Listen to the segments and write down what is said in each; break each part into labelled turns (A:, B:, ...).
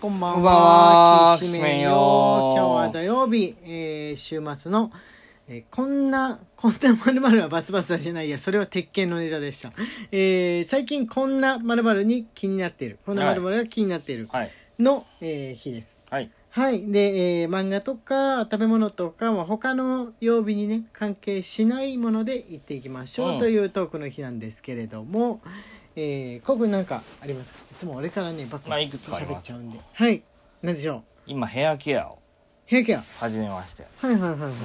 A: こんば
B: こ
A: ん
B: んばんは
A: は。きし
B: きしめ
A: め
B: ん
A: んよ。
B: よ
A: 今日は土曜日、えー週末の、えーこんな、こんな〇〇はバスバスはじゃないや、それは鉄拳のネタでした。えー最近こんな〇〇に気になっている。こんな〇〇が気になっている。
B: はい
A: の、えー日です。
B: はい
A: はい。で、えー漫画とか食べ物とか、まあ、他の曜日にね、関係しないもので行っていきましょう、
B: うん
A: というトークの日なんですけれども、えー、コウ君なんかありますかいつも俺からね、ばっ
B: ま
A: か
B: あ
A: り
B: いくつかあり
A: 喋
B: ま
A: っ
B: す
A: ちゃうんで。はい。なんでしょう
B: 今ヘアケアを
A: ヘアケア。
B: 始めまして、
A: はいはいはいはい。
B: うん、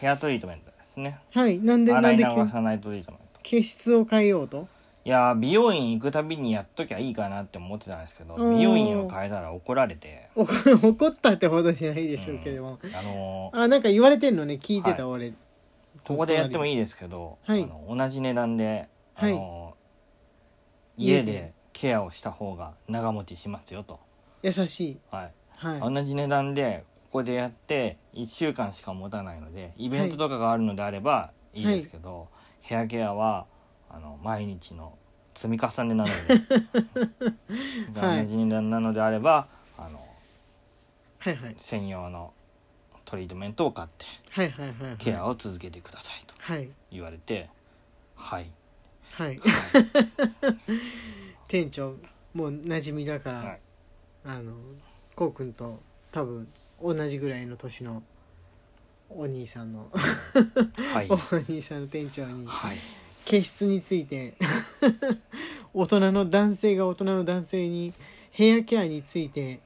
B: ヘアトリートメントですね
A: はい。なんで、な
B: 洗
A: ん
B: い
A: で
B: 流
A: 今日
B: さないトリートメント
A: 毛質を変えようと
B: いやー美容院行くたびにやっときゃいいかなって思ってたんですけど
A: うん
B: 美容院を変えたら怒られて
A: 怒 怒ったってほどじゃないでしょうけれども。
B: うんあのー
A: あ、なんか言われてんのね、聞いてた俺。
B: ここでやってもいいですけど、
A: はい
B: あの同じ値段で、あのー
A: 家
B: 家
A: で
B: でケアをした方が長持ちしますよと、
A: 優しい。
B: はい
A: はい。
B: 同じ値段でここでやって1週間しか持たないのでイベントとかがあるのであればいいですけど、ヘアケアはあの毎日の積み重ねなの で
A: はい
B: 同じ値段なのであればあの
A: はいはい。
B: 専用のトリートメントを買って
A: はいはいはいはい。
B: ケアを続けてくださいと
A: はい。
B: 言われて はい
A: はい。店長、もう馴染みだから、
B: はい
A: あの、こうくんと多分同じぐらいの年のお兄さんの、
B: はい
A: お兄さんの店長に。
B: はい
A: 毛質について 大人の男性が大人の男性にヘアケアについて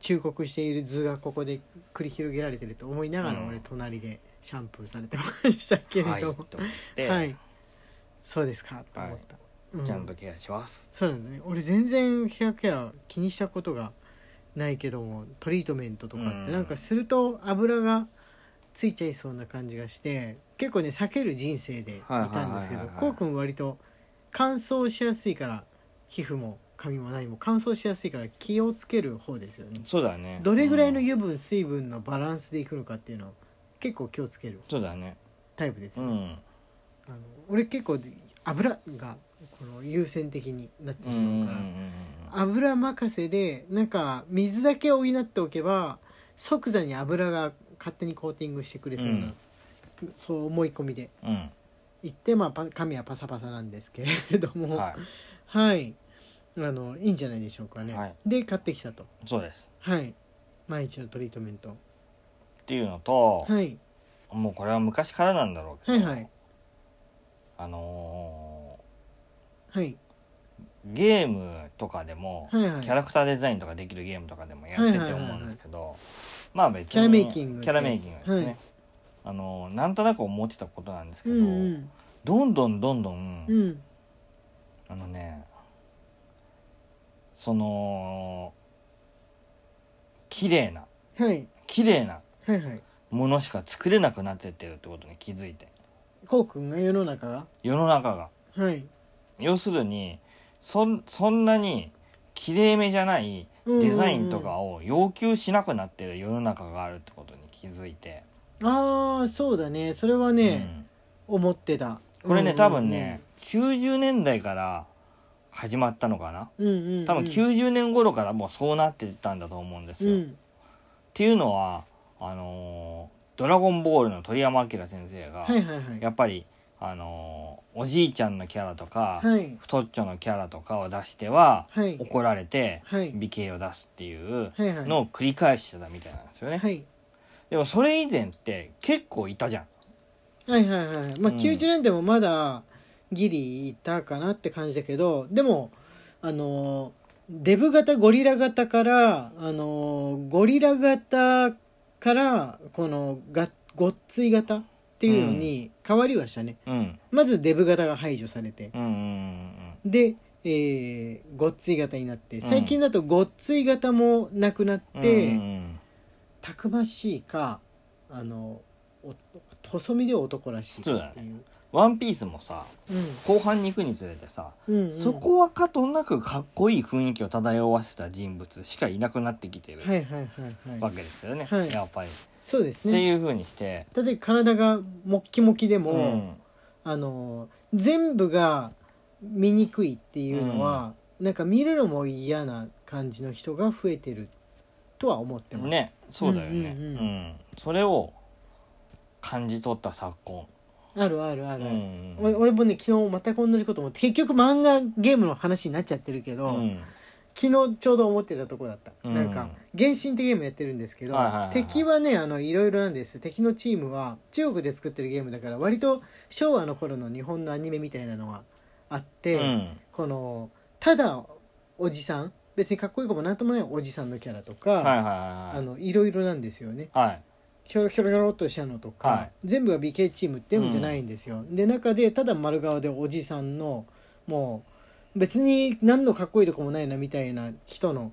A: 忠告している図がここで繰り広げられてると思いながら
B: うん
A: 俺隣でシャンプーされてましたけ
B: は
A: れ
B: いと
A: ど
B: 思
A: も
B: って、
A: はいそうですかと思った、うん
B: ちゃんとケアします、
A: そうなんだね俺全然ヘアケア気にしたことがないけどもトリートメントとかっ
B: う
A: て
B: ん
A: なんかすると油がついちゃいそうな感じがして結構ね避ける人生でいたんですけ
B: は
A: ど
B: いはいはいはいはい
A: こうくん割と乾燥しやすいから皮膚も髪も何も乾燥しやすいから気をつける方ですよね
B: そうだね
A: どれぐらいの
B: うん
A: 油分水分のバランスでいくのかっていうのを結構気をつける
B: そうだね
A: タイプです
B: う
A: よね、
B: ん
A: あの俺結構油がこの優先的になってしまうから。油任せでなんか水だけ補っておけば即座に油が勝手にコーティングしてくれそうな、そう思い込みで
B: うんうん
A: 行って、まあパ、髪はパサパサなんですけれど
B: うん
A: も
B: は
A: はい、あのいいんじゃないでしょうかね、
B: はい
A: で買ってきたと
B: いそうです
A: はい毎日のトリートメント
B: っていうのと、
A: はい
B: もうこれは昔からなんだろうけ
A: は
B: ど、
A: いはい
B: あの
A: はい
B: ーゲームとかでも、
A: はいはい
B: キャラクターデザインとかできるゲームとかでもやってて思うんですけど、まあ別に
A: キャラメイキング
B: キャラメイキングですね、
A: はい
B: あのーなんとなく思ってたことなんですけ
A: う
B: ど、
A: ん
B: どんどんどんどん、
A: うんうん
B: あのねその綺麗な
A: はい
B: 綺麗な
A: はいはい
B: ものしか作れなくなってってるってことに気づいて
A: こうくんが世の中が
B: 世の中が
A: はい
B: 要するにそんそんなにきれいめじゃないデザインとかを要求しなくなってる世の中があるってことに気づいて、
A: ああそうだねそれはね、思ってた
B: うんこれね多分
A: うんうんうん
B: ね、90年代から始まったのかな
A: うんうんうん、
B: 多分90年頃からもうそうなってたんだと思うんですよ。
A: う
B: っ
A: ん
B: ていうのはあのードラゴンボール」の鳥山明先生が、
A: はいはいはい
B: やっぱり、あのーおじいちゃんのキャラとか、
A: はい
B: 太っちょのキャラとかを出しては
A: はい
B: 怒られて
A: はい
B: 美形を出すっていう
A: はいはい
B: のを繰り返してたみたいなんですよね、
A: はい
B: でもそれ以前って結構いたじゃん
A: はいはいはいまあ
B: うん
A: 90年でもまだギリいたかなって感じだけどでもあのデブ型ゴリラ型からあのゴリラ型からこのがごっつい型っていうのに変わりはしたね、
B: うん
A: まずデブ型が排除されて
B: うんうんうん
A: で、えーごっつい型になって
B: ん
A: 最近だとごっつい型もなくなって、
B: うんうん
A: たくましいかあのお細身で男らしいかっていう
B: ワンピースもさ後半に行くにつれてさ、
A: うんうんうん
B: そこはかとなくかっこいい雰囲気を漂わせた人物しかいなくなってきてる
A: はいはいはいは
B: わ
A: い
B: けですよね、
A: はい
B: やっぱり、
A: そうです
B: って
A: ね
B: いうふうにして
A: 例えば体がモッキモキでも、
B: うん
A: あの全部が見にくいっていうのは、なんか見るのも嫌な感じの人が増えてるとは思ってます、
B: ねそうだよね、
A: う
B: うんん
A: うんうん
B: それを感じ取った昨今、
A: あるあるあ
B: う
A: る、
B: ん
A: 俺俺もね昨日全く同じこと思って結局漫画ゲームの話になっちゃってるけ
B: う
A: ど、
B: ん
A: 昨日ちょうど思ってたとこだった、
B: うん
A: なんか原神ってゲームやってるんですけど、
B: はいはいはいはい
A: 敵はねあのいろいろなんです敵のチームは中国で作ってるゲームだから割と昭和の頃の日本のアニメみたいなのがあって、
B: うん
A: このただおじさん別にかっこいい子もなんともないおじさんのキャラとか、
B: はいはい
A: あ
B: はい
A: のいろいろなんですよね
B: はいはい
A: ひょろひょろひょろっとしたのとか、
B: はい
A: 全部が BK チームっていうのじゃないんですよ、で中でただ丸顔でおじさんのもう別に何のかっこいいとこもないなみたいな人の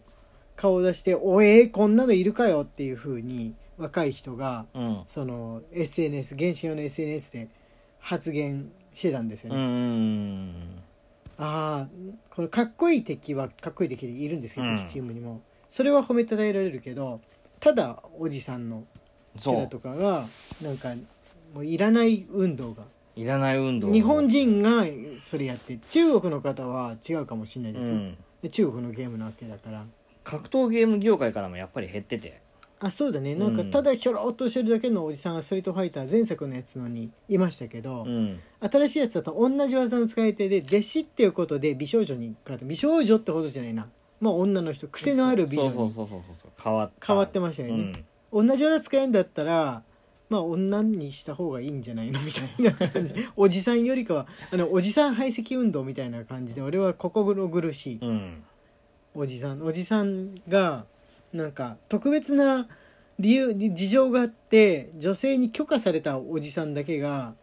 A: 顔を出して「おえーこんなのいるかよ」っていうふうに若い人が
B: うんうん
A: その SNS 原始用の SNS で発言してたんですよ
B: う
A: ね、
B: んうん
A: ああこのかっこいい敵はかっこいい敵でいるんですけど、
B: うん
A: 敵チームにもそれは褒めたたえられるけどただおじさんのキ
B: そ
A: ャラ
B: う
A: とかがなんかもういらない運動が
B: いらない運動
A: 日本人がそれやって中国の方は違うかもしれないで
B: う
A: すよ、
B: ん
A: で中国のゲームなわけだから
B: 格闘ゲーム業界からもやっぱり減ってて
A: あそうだねなんか
B: うん
A: ただひょろっとしてるだけのおじさんが「ストリートファイター」前作のやつのにいましたけど、
B: うん
A: 新しいやつだと同じ技の使い手で弟子っていうことで美少女に変わって美少女ってほどじゃないなまあ女の人癖のある美
B: そ
A: 女
B: うそう
A: に
B: そうそうそう変わった
A: 変わってましたよね、同じ技使えるんだったらまあ女にした方がいいんじゃないのみ たいな感じおじさんよりかはあのおじさん排斥運動みたいな感じで俺は心苦しい
B: うん、うん
A: おじさんおじさんがなんか特別な理由に事情があって女性に許可されたおじさんだけが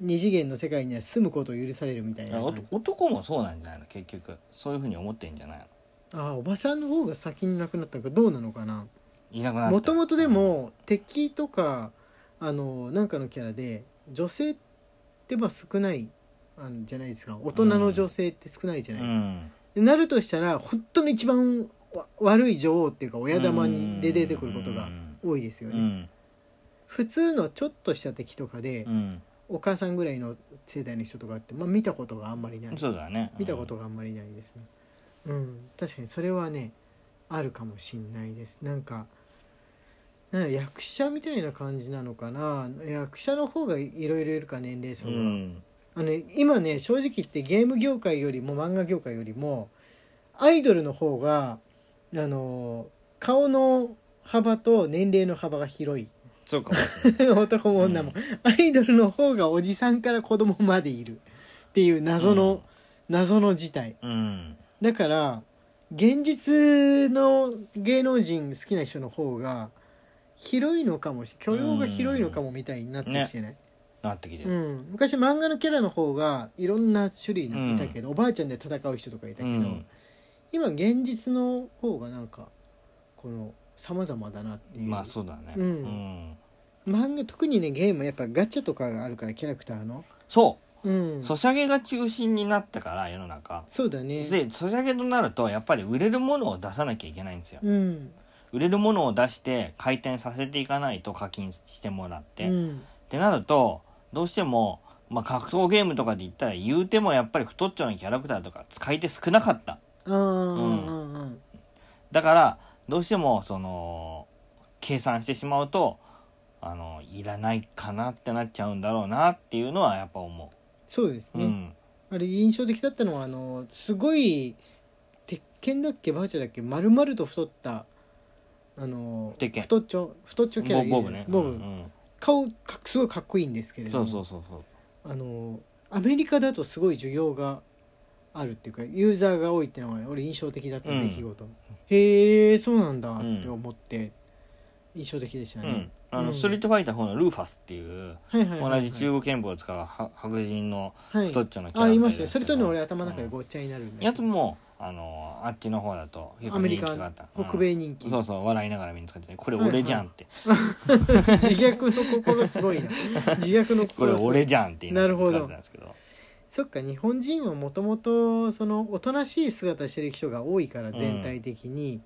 A: 二次元の世界には住むことを許されるみたいな
B: お
A: 感じ
B: と男もそうなんじゃないの結局そういうふうに思ってんじゃないの
A: ああおばさんの方が先に亡くなったのかどうなのかない
B: なくなった
A: もともとでも敵とかあのなんかのキャラで女性ってまあ少ないあのじゃないですか大人の女性って少ないじゃ
B: う
A: ないですか、
B: ん
A: でなるとしたら本当の一番わ悪い女王っていうか親玉にで出てくることが多いです
B: う
A: よね、
B: ん
A: 普通のちょっとした敵とかで、
B: うん
A: お母さんぐらいの世代の人とかって、まあ、見たことがあんまりない
B: そうだね
A: 見たことがあんまりないですねうん確かにそれはねあるかもしんないですなんかなんか役者みたいな感じなのかな役者の方がいろいろいるか年齢層
B: う
A: が、
B: ん
A: あの今ね正直言ってゲーム業界よりも漫画業界よりもアイドルの方があの顔の幅と年齢の幅が広い
B: そうかもしれない
A: 男も女も、アイドルの方がおじさんから子供までいるっていう謎の、謎の事態
B: うん
A: だから現実の芸能人好きな人の方が広いのかもし許容が広いのかもみたいになってきてない、
B: なってきて
A: う
B: る
A: ん、昔漫画のキャラの方がいろんな種類のいたけど、おばあちゃんで戦う人とかいたけど、
B: うん
A: 今現実の方がなんかこの様々だなっていう、
B: まあそうだね
A: う
B: うんん
A: 漫画特にねゲームはやっぱガチャとかがあるからキャラクターの、
B: そ
A: うん、
B: うソシャゲが中心になったから世の中
A: そうだね
B: でソシャゲとなるとやっぱり売れるものを出さなきゃいけないんですよ
A: うん
B: 売れるものを出して回転させていかないと課金してもらっ
A: う
B: て、っ
A: ん
B: てなるとどうしても、まあ、格闘ゲームとかで言ったら言うてもやっぱり太っちょのキャラクターとか使い手少なかった
A: ああうんうんうん
B: だからどうしてもその計算してしまうとあのいらないかなってなっちゃうんだろうなっていうのはやっぱ思
A: そうです
B: う、
A: ね、
B: うん、
A: あれ印象的だったのはあのすごい鉄拳だっけバーチャだっけ丸々と太ったあの
B: 鉄拳
A: 太っちょ太っちょキャラ
B: ボ
A: いるじゃん
B: ボブね
A: ボブ、
B: うん
A: 顔かすごいかっこいいんですけ
B: う
A: れ
B: ん
A: ど
B: そ
A: も
B: うそうそうそう
A: あのアメリカだとすごい需要があるっていうかユーザーが多いってのが俺印象的だった
B: うん
A: 出来事、へえそうなんだって思って印象的でした
B: う
A: ね
B: ん、、あ
A: うん
B: のストリートファイター4のルーファスっていう
A: はいはいはいは
B: 同
A: い、
B: じ中国拳法を使うは白人の
A: はい
B: 太っちょのキャラ
A: あ
B: クター
A: い
B: いるん
A: ま
B: で
A: したね
B: すけど
A: それとね俺頭の中で
B: うん
A: ごっちゃになるんだけど
B: やつもあのあっちの方だと結
A: ア
B: 構
A: メ
B: 人
A: リ
B: 気があ
A: カ
B: った
A: 北米人
B: う
A: 気
B: んそうそう笑いながら見つかっててこれ俺じゃんって、
A: 自虐の心すご いな自虐の
B: これ
A: 心すごい
B: 俺じゃんって言いながら
A: なるほど
B: 見つかってたんですけど
A: そっか日本人はもともとそのおとなしい姿してる人が多いから
B: ん
A: 全体的に、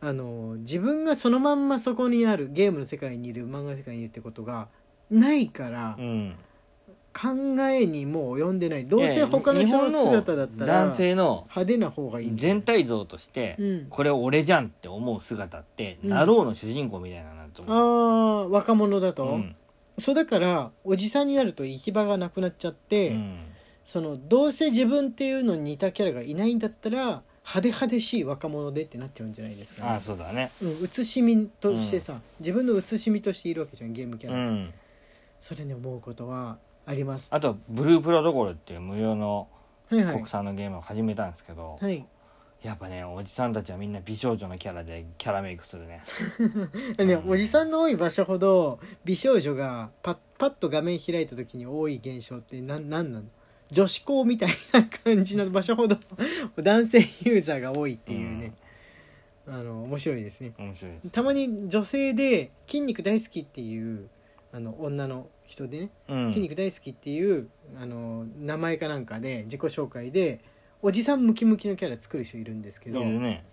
A: あの自分がそのまんまそこにあるゲームの世界にいる漫画の世界にいるってことがないから、
B: うん
A: 考えにもう及んでないどうせ他の人の姿だった
B: 日本の
A: ら
B: 男性の
A: 派手な方がいいみたいな
B: 全体像として、
A: うん
B: これ俺じゃんって思う姿って、
A: うん
B: なろうの主人公みたいなのだと
A: あ
B: 思
A: ー
B: う。
A: 若者だと、
B: うん
A: そうだからおじさんになると行き場がなくなっちゃって、
B: うん
A: そのどうせ自分っていうのに似たキャラがいないんだったら派手派手しい若者でってなっちゃうんじゃないですか、
B: ああそうだね。
A: うん、写しみとしてさ、自分の写しみとしているわけじゃんゲームキャ
B: う
A: ラ、
B: ん。
A: それに思うことはあります
B: あとブループロどころっていう無料の
A: はいはい
B: 国産のゲームを始めたんですけど、
A: はい
B: やっぱねおじさんたちはみんな美少女のキャラでキャラメイクするね。
A: ね、おじさんの多い場所ほど美少女がパッパッと画面開いた時に多い現象って何なんなの女子校みたいな感じの場所ほど男性ユーザーが多いっていうね、あの面白いですね
B: 面白いです。
A: たま、に女性で筋肉大好きっていうあの女の人でね
B: うん、
A: 筋肉大好きっていうあの名前かなんかで自己紹介でおじさんムキムキのキャラ作る人いるんですけど、
B: いるね。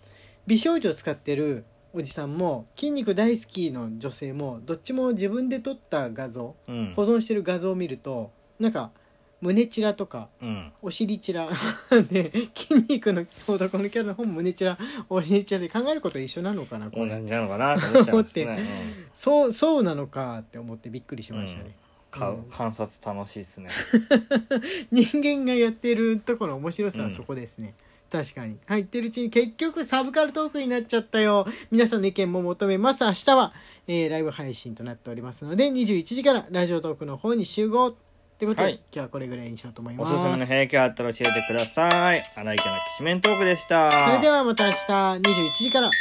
A: 美少女を使ってるおじさんも筋肉大好きの女性もどっちも自分で撮った画像
B: うん
A: 保。存してる画像を見るとなんか胸チラとか
B: うん。
A: お尻チラ で筋肉の男のキャラの方も胸チラお尻チラで考えることは一緒なのかなこ
B: 同
A: れ
B: じなのかなと思っちゃいますね。
A: 思っ
B: うん
A: そうそうなのかって思ってびっくりしましたね、
B: か
A: うん
B: 観察楽しいですね。
A: 人間がやってるところの面白さはそこですね、確かに入ってるうちに結局サブカルトークになっちゃったよ皆さんの意見も求めます明日は、えーライブ配信となっておりますので21時からラジオトークの方に集合ってことで、
B: はい
A: 今日はこれぐらいにしようと思いま
B: お
A: す
B: すすめの部屋系あったら教えてください。荒井家のきしめんトークでした。
A: それではまた明日21時から